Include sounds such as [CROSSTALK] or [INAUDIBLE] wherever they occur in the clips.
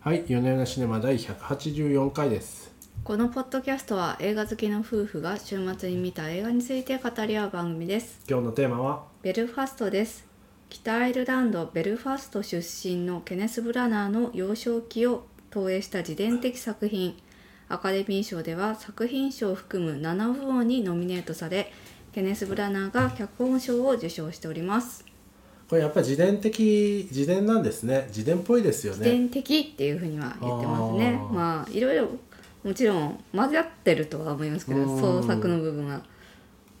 はい、夜な夜なシネマ第184回です。このポッドキャストは映画好きの夫婦が週末に見た映画について語り合う番組です今日のテーマは、ベルファストです北アイルランドベルファスト出身のケネス・ブラナーの幼少期を投影した自伝的作品アカデミー賞では作品賞を含む7部門にノミネートされケネス・ブラナーが脚本賞を受賞しておりますこれやっぱり自伝的、自伝なんですね。自伝っぽいですよ自ね。伝的っていうふうには言ってますねあーまあいろいろもちろん混ざってるとは思いますけどうん創作の部分は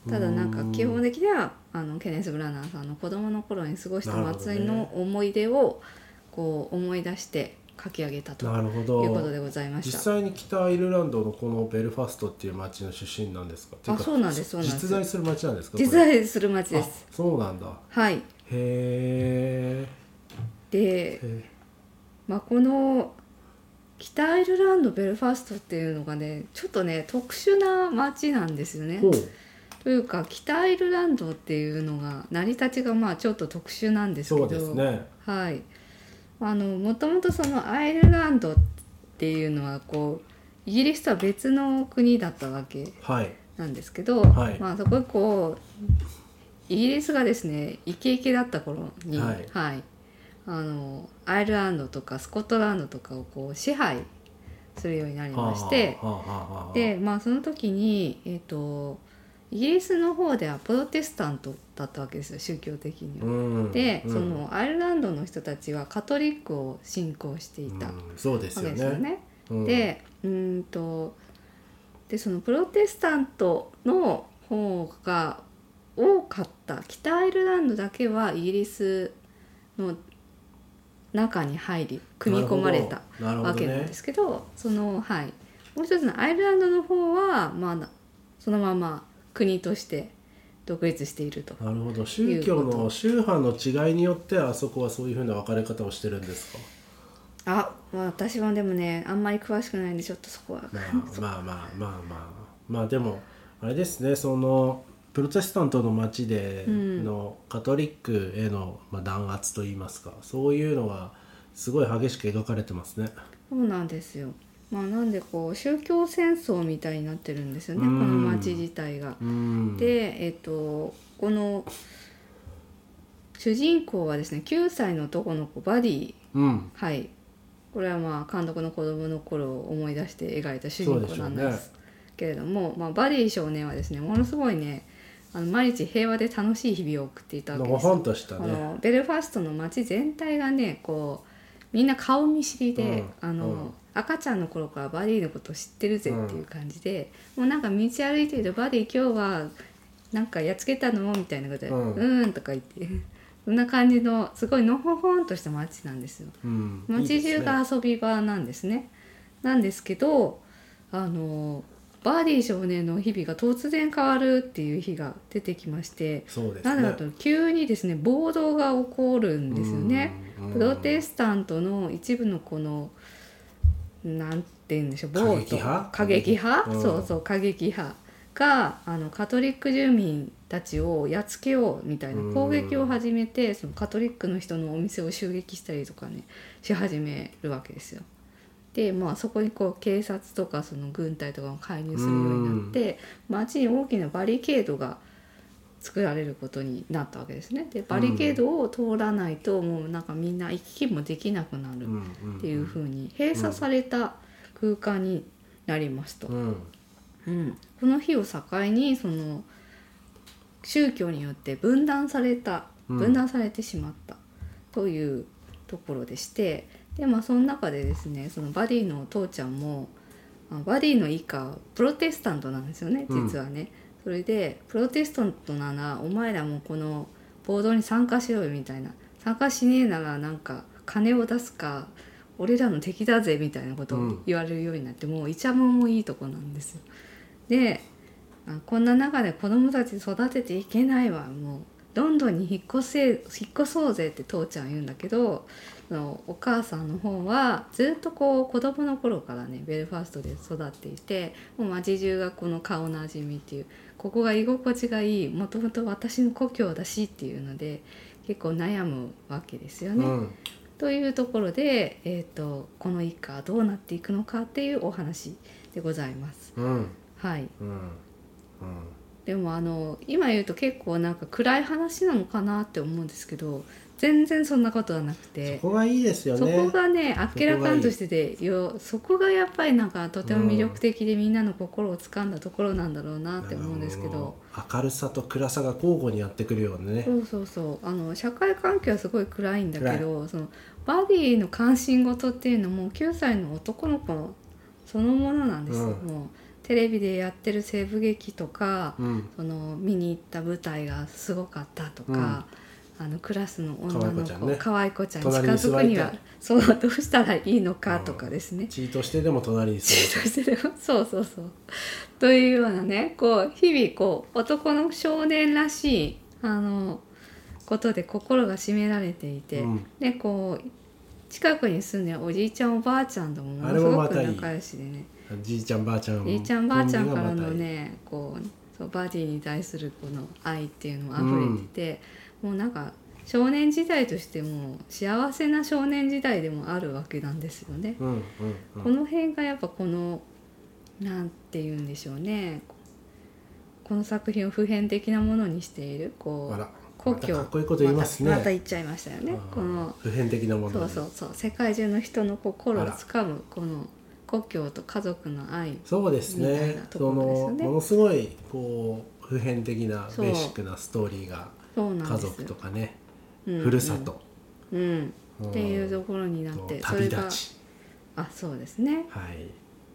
ただなんうかん基本的にはあのケネス・ブラナーさんの子供の頃に過ごしたなるほどね祭りの思い出をこう思い出して書き上げたというなるほことど。でございま実した際に北アイルランドのこのベルファストっていう町の出身なんですか。ていあかそうなんですそうなんです実在する町なんですか。これ実在する町であすそうなんだ。はいへでーへまあ、この北アイルランドベルファストっていうのがねちょっとね特殊な町なんですよねー。ほう。というか北アイルランドっていうのが成り立ちがまあちょっと特殊なんですけそどうですね。はいあのもともとそのアイルランドっていうのはこうイギリスとは別の国だったわけはい。なんですけど、はいまあ、そこにこうイギリスがですねイケイケだった頃に、はいあのアイルランドとかスコットランドとかをこう支配するようになりまして。はあはあはあはあでまあその時に、えー、とイギリスの方ではプロテスタントだったわけですよ宗教的には。うんで、うんそのアイルランドの人たちはカトリックを信仰していたうわんそうですけよですよね。ね。うん、でうーんとでそのプロテスタントの方が多かった北アイルランドだけはイギリスの中に入り組み込まれたなるほどわけななるほどんねですけどそのはいもう一つのアイルランドの方は、まあな、そのまま国として独立しているとなるほど宗教いうこのと宗派の違いによってあそこはそういうふうな分かれ方をしてるんですかあまあ私はでもねあんまり詳しくないんでちょっとそこは、まあ [LAUGHS] まあまあまあまあまあでもあれですねそのプロテスタントの町でうんのカトリックへの、まあ、弾圧といいますかそういうのがすごい激しく描かれてますね。そうなんですよまあなんでこう宗教戦争みたいになってるんですよねこうんの町自体が。うん、でえっ、とこの主人公はですね9歳の男の子バディうん、はいこれはまあ監督の子供の頃を思い出して描いた主人公なんそうででしょうねすけれども、まあ、バディ少年はですねものすごいねあの毎日平和で楽しい日々を送っていたわのけほですほんとしたこね。のベルファストの街全体がねこうみんな顔見知りで、うんあのうん赤ちゃんの頃からバディのこと知ってるぜっていう感じで、もうなんか道歩いてるとバディ今日はなんかやっつけたのみたいなことで「ううんん」ーんとか言ってそんな感じのすごいのほほんとした街なんですよ。うん、い街いです中ねが遊び場なんですねなんですけどあのバーディ少年の日々が突然変わるっていう日が出てきまして、そうですなね。ぜかというと急にですね暴動が起こるんですよね。うん。プロテススタントの一部のこのなんて言うんでしょう暴過徒激派過激派、うんそうそう過激派があのカトリック住民たちをやっつけようみたいなうん攻撃を始めて、そのカトリックの人のお店を襲撃したりとかねし始めるわけですよ。でまあそこにこう警察とかその軍隊とかも介入するようになって街に大きなバリケードが作られることになったわけですね。でバリケードを通らないともうなんかみんな行き来もできなくなるっっていう風に閉鎖された空間になりますと、うんうん、この日を境にその宗教によって分断されたうん分断されてしまったというところでしてでまあその中でですねそのバディの父ちゃんもあバディの以下プロテスタントなんですよねうん実はね。それでプロテスタントならお前らもこの暴動に参加しろよみたいな参加しねえならなんか金を出すか俺らの敵だぜみたいなことうをん言われるようになって、もうイチャモンもいいとこなんですよ。であこんな中で子供たち育てていけないわもうロンドンに引っ越せ引っ越そうぜって父ちゃん言うんだけどそのお母さんの方はずっとこう子供の頃からねベルファーストで育っていてもう街中がこの顔なじみっていうここが居心地がいいもともと私の故郷だしっていうので結構悩むわけですようんうね。んというところで、えー、とこの一家はどうなっていくのかっていうお話でございます。うんはい、うんうんでもあの今言うと結構なんか暗い話なのかなって思うんですけど全然そんなことはなくてそこがいいですよそねこがね明らかんとしててよそこがやっぱりなんかとても魅力的でみんなの心を掴んだところなんだろうなって思うんですけあどの明るさと暗さが交互にやってくるようなねそうそうそうあの社会環境はすごい暗いんだけどそのバディの関心事っていうのも9歳の男の子そのものなんですよ、うんもうテレビでやってる西部劇とかうんその見に行った舞台がすごかったとか、あのクラスの女の子可可愛い子ちゃんに近づくにはそうどうしたらいいのかとかですね。チートしてでも隣に座るそしてでも [LAUGHS] そうそうそう。というようなねこう日々こう男の少年らしいあのことで心が締められていて、うんでこう近くに住んでるおじいちゃんおばあちゃんとももあのれすもごまくたいい仲良しでね。じいちゃんばあちゃんじいちゃんばあちゃんからコンビがのまたいいねこうそうバディに対するこの愛っていうのも溢れてて、もうなんか少年時代としても幸せな少年時代でもあるわけなんですよね。うんうんうんこの辺がやっぱこのなんて言うんでしょうねこの作品を普遍的なものにしているこあうら故また郷かっこいいこと言いますねまたまた言っちゃいましたよね。あーこの普遍的なものそうそうそう世界中の人の心をつかむこの故郷と家族の愛そうですみたいねなとこそろですのよねものすごいこう普遍的なそうベーシックなストーリーがそうなん家です族とかねうんふるさと、うん、んっていうところになってそ旅れ立がちあそうですねはい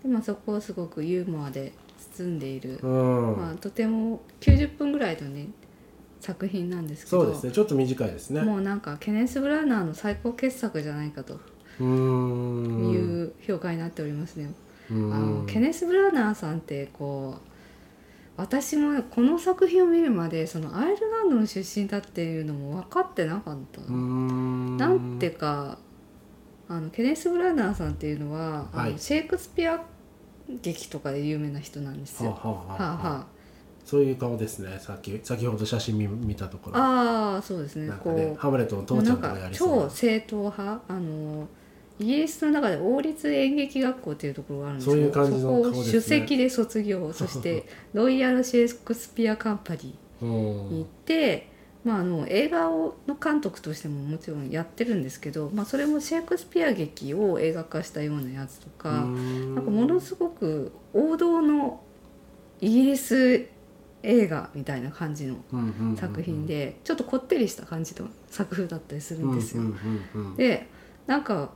で、まあ、そこをすごくユーモアで包んでいるう、ん、まあ、とても90分ぐらいのね作品なんですけどそうですねちょっと短いですねもうなんかケネス・ブラナーの最高傑作じゃないかとうーんいう評価になっておりますね、うあのんケネス・ブラナーさんってこう私もこの作品を見るまでそのアイルランドの出身だっていうのも分かってなかった、うーんなんてかあのケネス・ブラナーさんっていうのは、あはのいシェイクスピア劇とかで有名な人なんですはよ。あははあはああはそういう顔ですねさっき先ほど写真見見たところあ、あーそうですねなんかねこハムレットのうも父うちなゃんんとかかやりそう超な正統派あのイギリスの中で王立演劇学校っていうところがあるんですけどそういう感じの顔そこでをす首ね席で卒業そして [LAUGHS] ロイヤル・シェイクスピア・カンパニうーに行っんて、まあ、あの映画をの監督としてももちろんやってるんですけど、まあ、それもシェイクスピア劇を映画化したようなやつとか。なんかものすごく王道のイギリス映画みたいな感じのご作品でちょっとこってりした感じの作風だったりするんですよ。ででなんか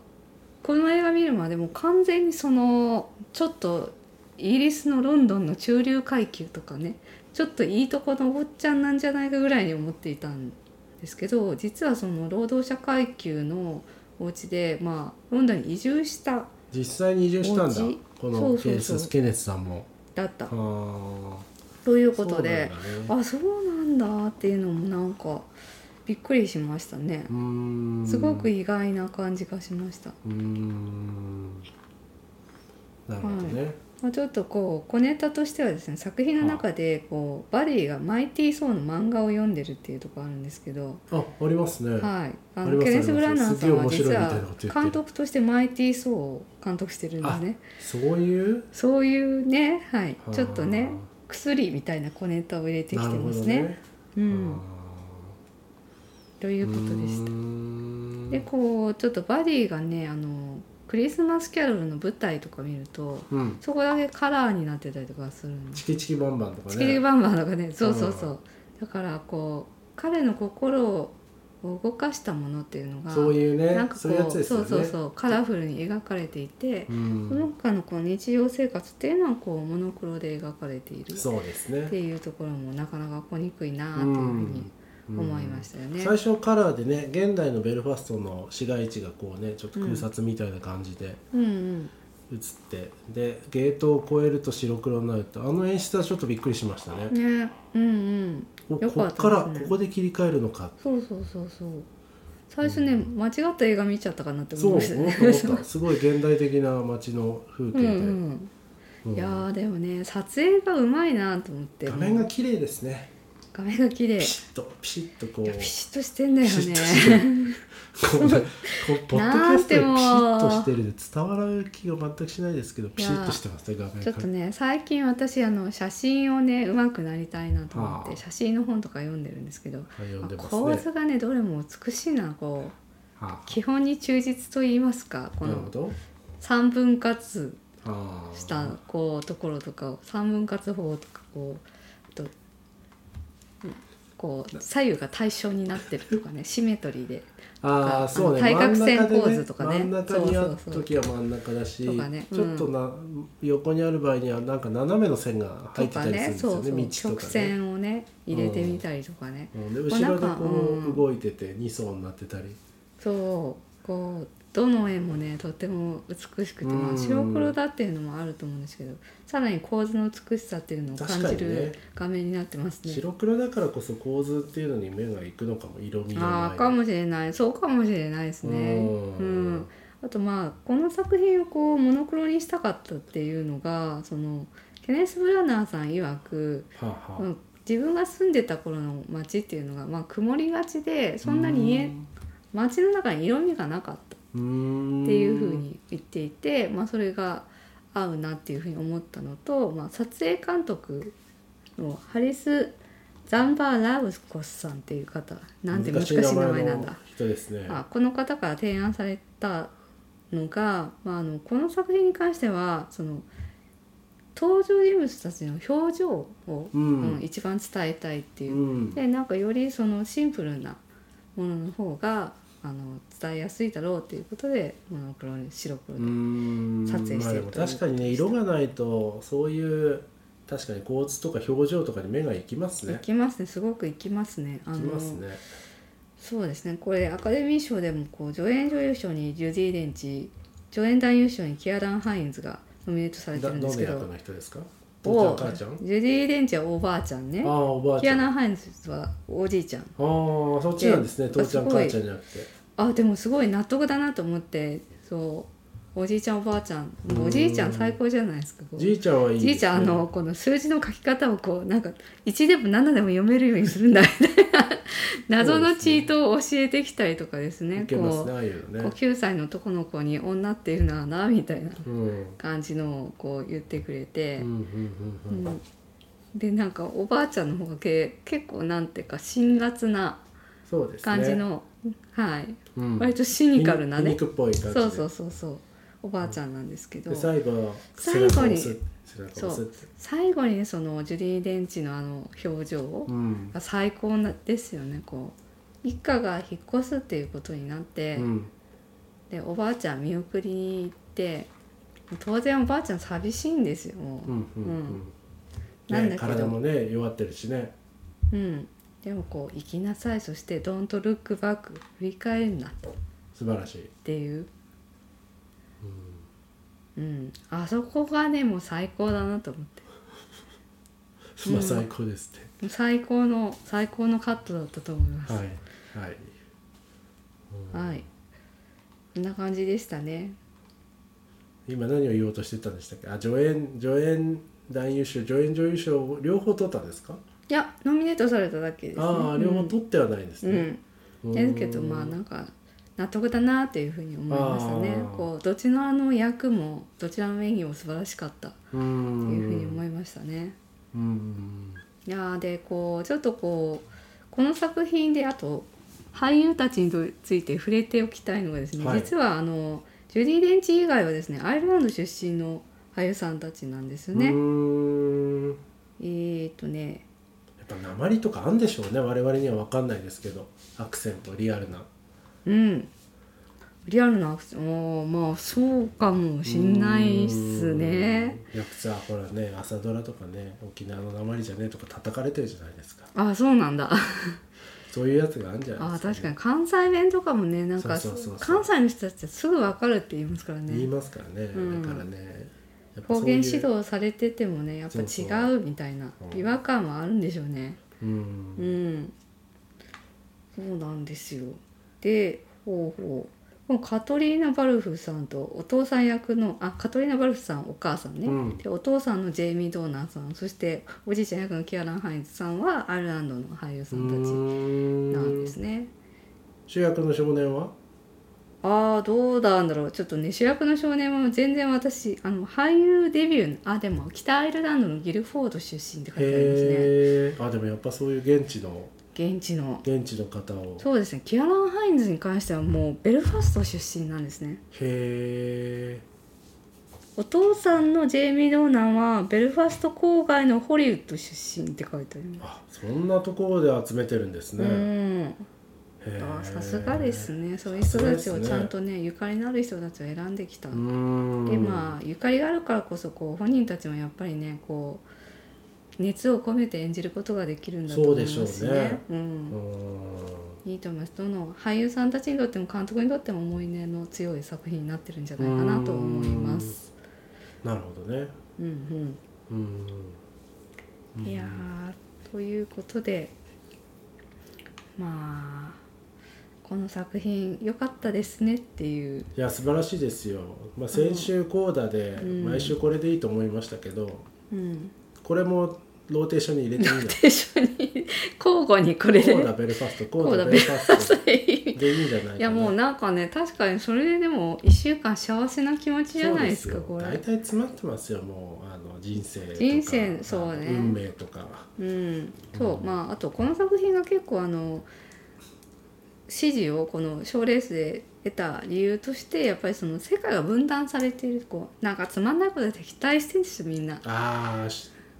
この映画見るまでもう完全にそのちょっとイギリスのロンドンの中流階級とかねちょっといいとこのおっちゃんなんじゃないかぐらいに思っていたんですけど実はその労働者階級のお家でまあロンドンに移住した実際に移住したんだおうちこそのうそうそうケースケネスさんもだったはあというそこうとで。なんだねあそうなんだっていうのもなんかびっくりしましたねうーんすごく意外な感じがしました、うーんなるほどねまあ、ちょっとこう小ネタとしてはですね作品の中でこうバディが「マイティー・ソー」の漫画を読んでるっていうところあるんですけど、あありますねはい、あありのますケネス・ブラナーさんありは実ますすげえ面白いみたいなはこと言ってる監督として「マイティー・ソー」を監督してるんですねそういうそういうね、はいは、あちょっとね薬みたいな小ネタを入れてきなてるほますどね。ねう、うんということでした。たでこうちょっとバディがねあのクリスマスキャロルの舞台とか見るとうんそこだけカラーになってたりとかするんでチキチキバンバンとかねチキリバンバンとかねそうそうそう、だからこう彼の心を動かしたものっていうのがそういうねなんかこうそういうやつですよねそうそうそうカラフルに描かれていて、うんその他のこう日常生活っていうのはこうモノクロで描かれているっそうですねていうところもなかなか来にくいなっていうふうに思いましたよね。最初カラーでね現代のベルファストの市街地がこうねちょっと空撮みたいな感じでうんうん映って、でゲートを越えると白黒になるってあの演出はちょっとびっくりしましたね、ねうんうんおよかこっったからですねここで切り替えるのかそうそうそうそう最初ね、間違った映画見ちゃったかなって思そうい思まっしたたね思ったすごい現代的な街の風景 [LAUGHS] うんで、うんうんいやーでもね撮影がうまいなと思って画面が綺麗ですね画面が綺麗いピシッとピシッとこうやピシッとしてんだよピシねッとしてるこうこうポッドキャストでピシなんてもうッとしてるで伝わる気が全くしないですけどピシッとしてますね画面 [LAUGHS] ちょっがとね最近私あの写真をねうまくなりたいなと思っはてあ写真の本とか読んでるんですけど、はい読んでますね構図がねどれも美しいなこうは基本に忠実と言いますかあこなるほのど三分割ああしたこうところとかを三分割法とかこうあとうんこう左右が対称になってるとかねシメトリーでああそうね対角線真ん中で構図とかね真ん中にあるそうそうそう時は真ん中だしとかねうんちょっとな横にある場合にはなんか斜めの線が入とってたかりねすそるんうですそよね道う直とかね。線をね入れてみたりとかね、うんでうな後んろでかこうんう動いてて2層になってたり、そうこうどの絵もねとても美しくて、うまあ、ん白黒だっていうのもあると思うんですけどさらに構図の美しさっていうのを感じ確かにねる画面になってますね。白黒だからこそ構図っていうのに目が行くのかも色味のああ前かにもしれないそうかもしれないですね。うんうん、あとまあこの作品をこうモノクロにしたかったっていうのがそのケネス・ブラナーさん曰く、はあはあうん自分が住んでた頃の街っていうのが、まあ、曇りがちでそんなに家街の中に色味がなかった。うんっていうふうに言っていて、まあ、それが合うなっていうふうに思ったのと、まあ、撮影監督のハリス・ザンバー・ラブコスさんっていう方なんて難しい名前なんだの、人ですねあこの方から提案されたのが、まあ、あのこの作品に関してはその登場人物たちの表情を、ううんん、一番伝えたいっていううんでなんかよりそのシンプルなものの方があの伝えやすいだろうっていうことでモノクロに白黒うで、ん撮影してるまあでもという確かにね色がないとそういう確かに構図とか表情とかに目が行きますいねきますねすごくいきますねあ行のきますねそうですねこれアカデミー賞でもこう助演女優賞にジュディ・デンチ助演男優賞にキアラン・ハインズがノミネートされてだるんどでんすなけ役どの人ですかお父ちゃん母ちゃんジュディ・デンチはおばあちゃんねああおばあちキアゃんあラン・ハインズはおじいちゃんあそっちなんですねで父ちゃんすごい母ちゃんじゃなくてあでもすごい納得だなと思ってそうおじいちゃんおばあちゃんもうおじいちゃん最高じゃないですかこうじいちゃんはいいですじねいちゃんあのこの数字の書き方をこうなんか1でも7でも読めるようにするんだみたいな [LAUGHS] 謎のチートを教えてきたりとかですねいけますこねああいううのこうね9歳の男の子に女っていうのはなみたいなうんうん感じのをこう言ってくれて、うんうんうんうんでなんかおばあちゃんの方がけ結構なんていうか辛辣なそうですね感じの、はいうん割とシニカルな皮ね、肉っぽい感じでそうそうそうそうおばあちゃんなんですけど、で最後最後に背中を押す背中を押すって最後にねそのジュディ・デンチのあの表情をうんが最高なですよねこう一家が引っ越すっていうことになって、うんでおばあちゃん見送りに行って当然おばあちゃん寂しいんですよもう、うんうんうんなんねだけど体もね弱ってるしねうん、でもこう「行きなさいそしてドントルックバック振り返るな」っ素晴らしいていう、うんうん、あそこがねもう最高だなと思ってまあ最高ですって、もう最高の最高のカットだったと思います。はいはい、うんはい。こんな感じでしたね。今何を言おうとしてたんでしたっけあ助演助演男優賞助演女優賞を両方取ったんですかいや、ノミネートされただけです、ね。ああ両方取ってはないんですうん、ね、うん。ですけど、まあ、なんか納得だなっていうふうに思いましたねあー。こう、どちらの役も、どちらの演技も素晴らしかった。とういんうふうに思いましたね。うんいやー、で、こう、ちょっとこう、この作品で、あと。俳優たちについて触れておきたいのがですね、はい実はあのジュディ・デンチ以外はですねアイルランド出身の俳優さんたちなんですよね。うんやえー、っとねっぱ鉛とかあんでしょうね我々には分かんないですけどアクセントリアルなうんリアルなアクセンおーまあそうかもしんないっすねうんよくさほらね朝ドラとかね沖縄の鉛じゃねえとか叩かれてるじゃないですかあそうなんだそういうやつがあるんじゃないあですか、ね、確かに関西弁とかもねなんかそうそうそうそう関西の人たちってすぐ分かるって言いますから言いねますからね、うんだからねやっぱ方そういう言指導されててもねやっそぱう違そうみたいなうん違和感はあるんでしょうねううんんそうなんですよでほうほうもうカトリーナ・バルフさんとお父さん役のあカトリーナ・バルフさんお母さんね、うんでお父さんのジェイミー・ドーナーさんそしておじいちゃん役のキアラン・ハインズさんはアイルランドの俳優さんたちなんですんね。主役の少年はああどうなんだろうちょっとね主役の少年は全然私あの俳優デビューあでも北アイルランドのギルフォード出身って書いてありますねへえあでもやっぱそういう現地の現地の現地の方をそうですねキアラン・ハインズに関してはもうベルファスト出身なんですねへえお父さんのジェイミー・ドーナンはベルファスト郊外のホリウッド出身って書いてありまあそんなところで集めてるんですすね、ねへうんーあさすがですねそういう人たちをちゃんとねゆかりのある人たちを選んできたうーんでまあゆかりがあるからこそこう本人たちもやっぱりねこう熱を込めて演じることができるんだと思いますねそうでしょうねう、うんーいいと思いますどの俳優さんたちにとっても監督にとっても思い入れの強い作品になってるんじゃないかなと思いますんなるほどねうんうんうんうんいやーということでまあこの作品良かったですねっていういや素晴らしいですよ、まあ、先週コーダでうん毎週これでいいと思いましたけど、 [LAUGHS] うんこれもローテーションに入れてみない一緒に交互 [LAUGHS] にこれでコーダベルファストコーコーダダベルファストいでいいんじゃないかないやもうなんかね確かにそれででも1週間幸せな気持ちじゃないですかそうこよれ大体詰まってますよもうあの人生とか人生そうね運命とかうんそう、うんまああとこの作品が結構あの支持をこの賞ーレースで得た理由としてやっぱりその世界が分断されているこうなんかつまんないことで敵対してるんですよみんなああ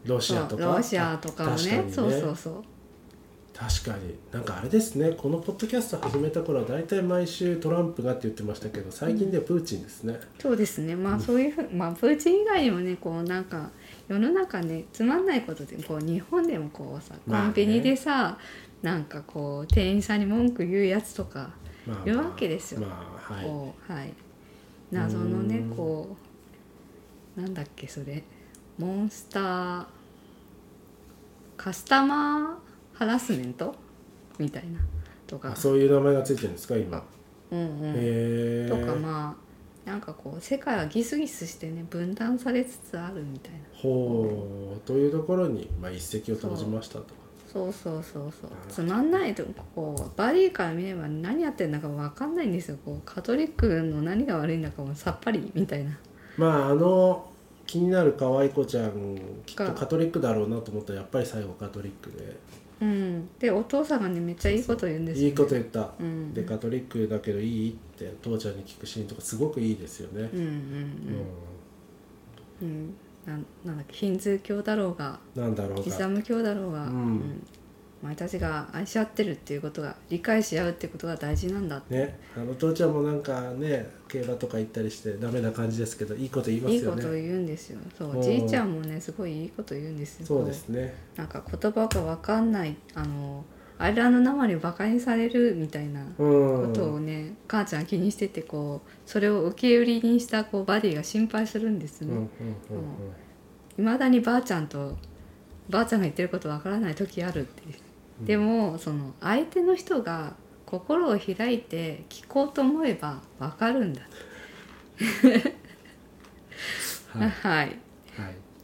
ロシアとかそうロシアとかもあ確ねかにそうそうそう確かになんかあれですねこのポッドキャスト始めた頃は大体毎週トランプがって言ってましたけど最近ではプーチンですね、そうですねまあそういうふうまあプーチン以外にもねこうなんか世の中ねつまんないことでこう日本でもこうさコまあねンビニでさ、なんかこう店員さんに文句言うやつとか、まあいるわけですよまあはいこうはい謎のねうんこうなんだっけそれモンスターカスタマーハラスメントみたいなとかあそういう名前がついてるんですか今、うんうん、へえとかまあなんかこう世界はギスギスしてね分断されつつあるみたいなほうというところに、まあ、一石を投じましたとそうそうそうそううんつまんないとこうバディから見れば何やってんだか分かんないんですよこうカトリックの何が悪いんだかもさっぱりみたいなまああの気になる可愛い子ちゃんきっとがカトリックだろうなと思ったらやっぱり最後カトリックうんでお父さんがねめっちゃいいこと言うんでですよ、ね、いいこと言った、うんでカトリックだけどいいって父ちゃんに聞くシーンとかすごくいいですよねうんううんんうん、うん、なんなんだっけヒンズー教だろうがなんだろうイスラがム教だろうが、うんお前たちが愛し合ってるっていうことが理解し合うっていうことが大事なんだってねあの父ちゃんもなんかね競馬とか行ったりしてダメな感じですけどいいこと言いますいいよこねとを言うんですよそううんじいちゃんもねすごいいいこと言うんですよそうですねなんか言葉が分かんないあのアイルランドなまりをバカにされるみたいなうこんとをね、母ちゃん気にしててこうそれを受け売りにしたこうバディが心配するんですうんねうんうんうんいま、未だにばあちゃんとばあちゃんが言ってること分からない時あるっていう、でもその相手の人が心を開いて聞こうと思えば分かるんだはいはい [LAUGHS] はい、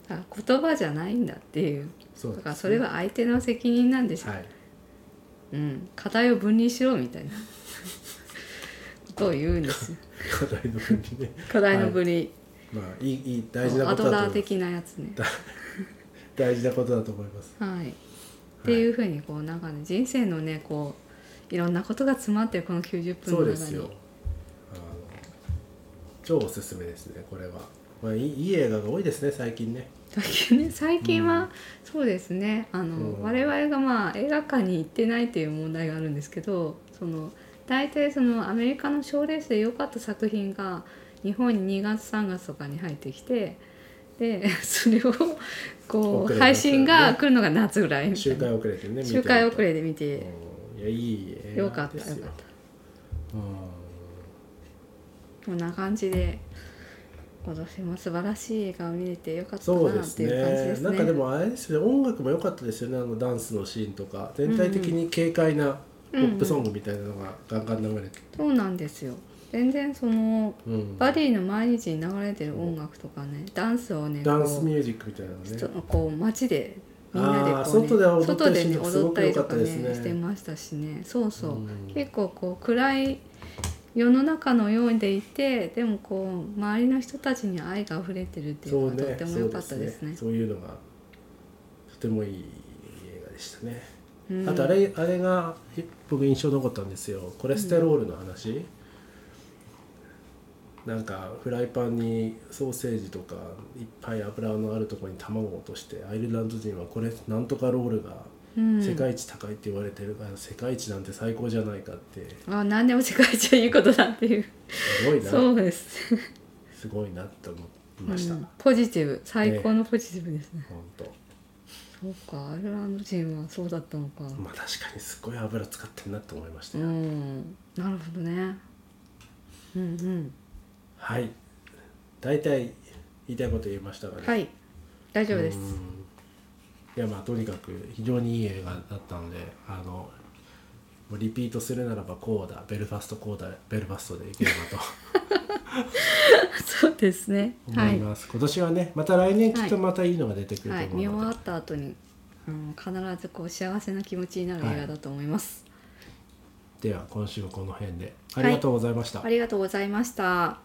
あ言葉じゃないんだっていうそうだですからそれは相手の責任なんですよはいうん、課題を分離しろみたいなことを言う [LAUGHS] んですよ課題の分離ね課題の分離、まあいいいい大事なこアとドだと思いまラーす的なやつね大事なことだと思いますはいっていうふうにこうなんかね人生のねこういろんなことが詰まってるこの90分そうのです中よあにの超おすすめですねこれは、まあ、いいいい映画が多いですね最近ねだけどね [LAUGHS] 最近うはんそうですねあの、うん我々がまあ映画館に行ってないという問題があるんですけどその大体そのアメリカの賞レースで良かった作品が日本に2月3月とかに入ってきてで [LAUGHS] それをこ遅うれて配信がね来るのが夏ぐらいみた周いな回遅れてね周回遅れれで見ていやいい映よか画ったでよすよかっうたこんな感じで今年も素晴らしい映画を見れてよかんったそうなでっすていう感じねですなんかでね。もあれですよね音楽も良かったですよねあのダンスのシーンとか全体的に軽快なポップソングみたいなのがガンガン流れて、そうなんですよ全然そのうん、バディの毎日に流れてる音楽とかねダンスをねダンスこミュージックみたいなのうねそのこう街でみんなでこう、あーね、外で踊った外りでしねてるのす踊ごっくたり良かっとかたねですねしてましたしねそうそう、うん結構こう暗い世の中のようでいてでもこう周りの人たちに愛が溢れてるっていそううのがとっねてもそ良うでかったすですねね。そういうのがとてもいい映画でしたね、うんあとあれあれがひ僕印象残ったんですよコレステロールの話、なんかフライパンにソーセージとかいっぱい油のあるところに卵を落としてアイルランド人はこれなんとかロールがうん世界一高いって言われてるから、世界一なんて最高じゃないかってあ何でも世界一はいいことだっていうすごいなそうです、すごいなって思いました、うほんん、ポジティブ最高のポジティブですねとそうかアイルランド人はそうだったのか、まあ確かにすごい油使ってんなって思いましうたよ、んなるほどねうんはい大体言いたいこと言いましたがうねんはい大丈夫ですうんいやまあとにかく非常にいい映画だったのであのもうリピートするならばこうだベルファストこうだベルファストでいければと [LAUGHS] そうですね思 [LAUGHS] はいいます、今年はねまた来年きっとはまたいいのが出てくるとはい思う見終ので、わった後にあの必ずこう幸せな気持ちになる映画だと思います、では今週はこの辺でありがとうございました、ありがとうございました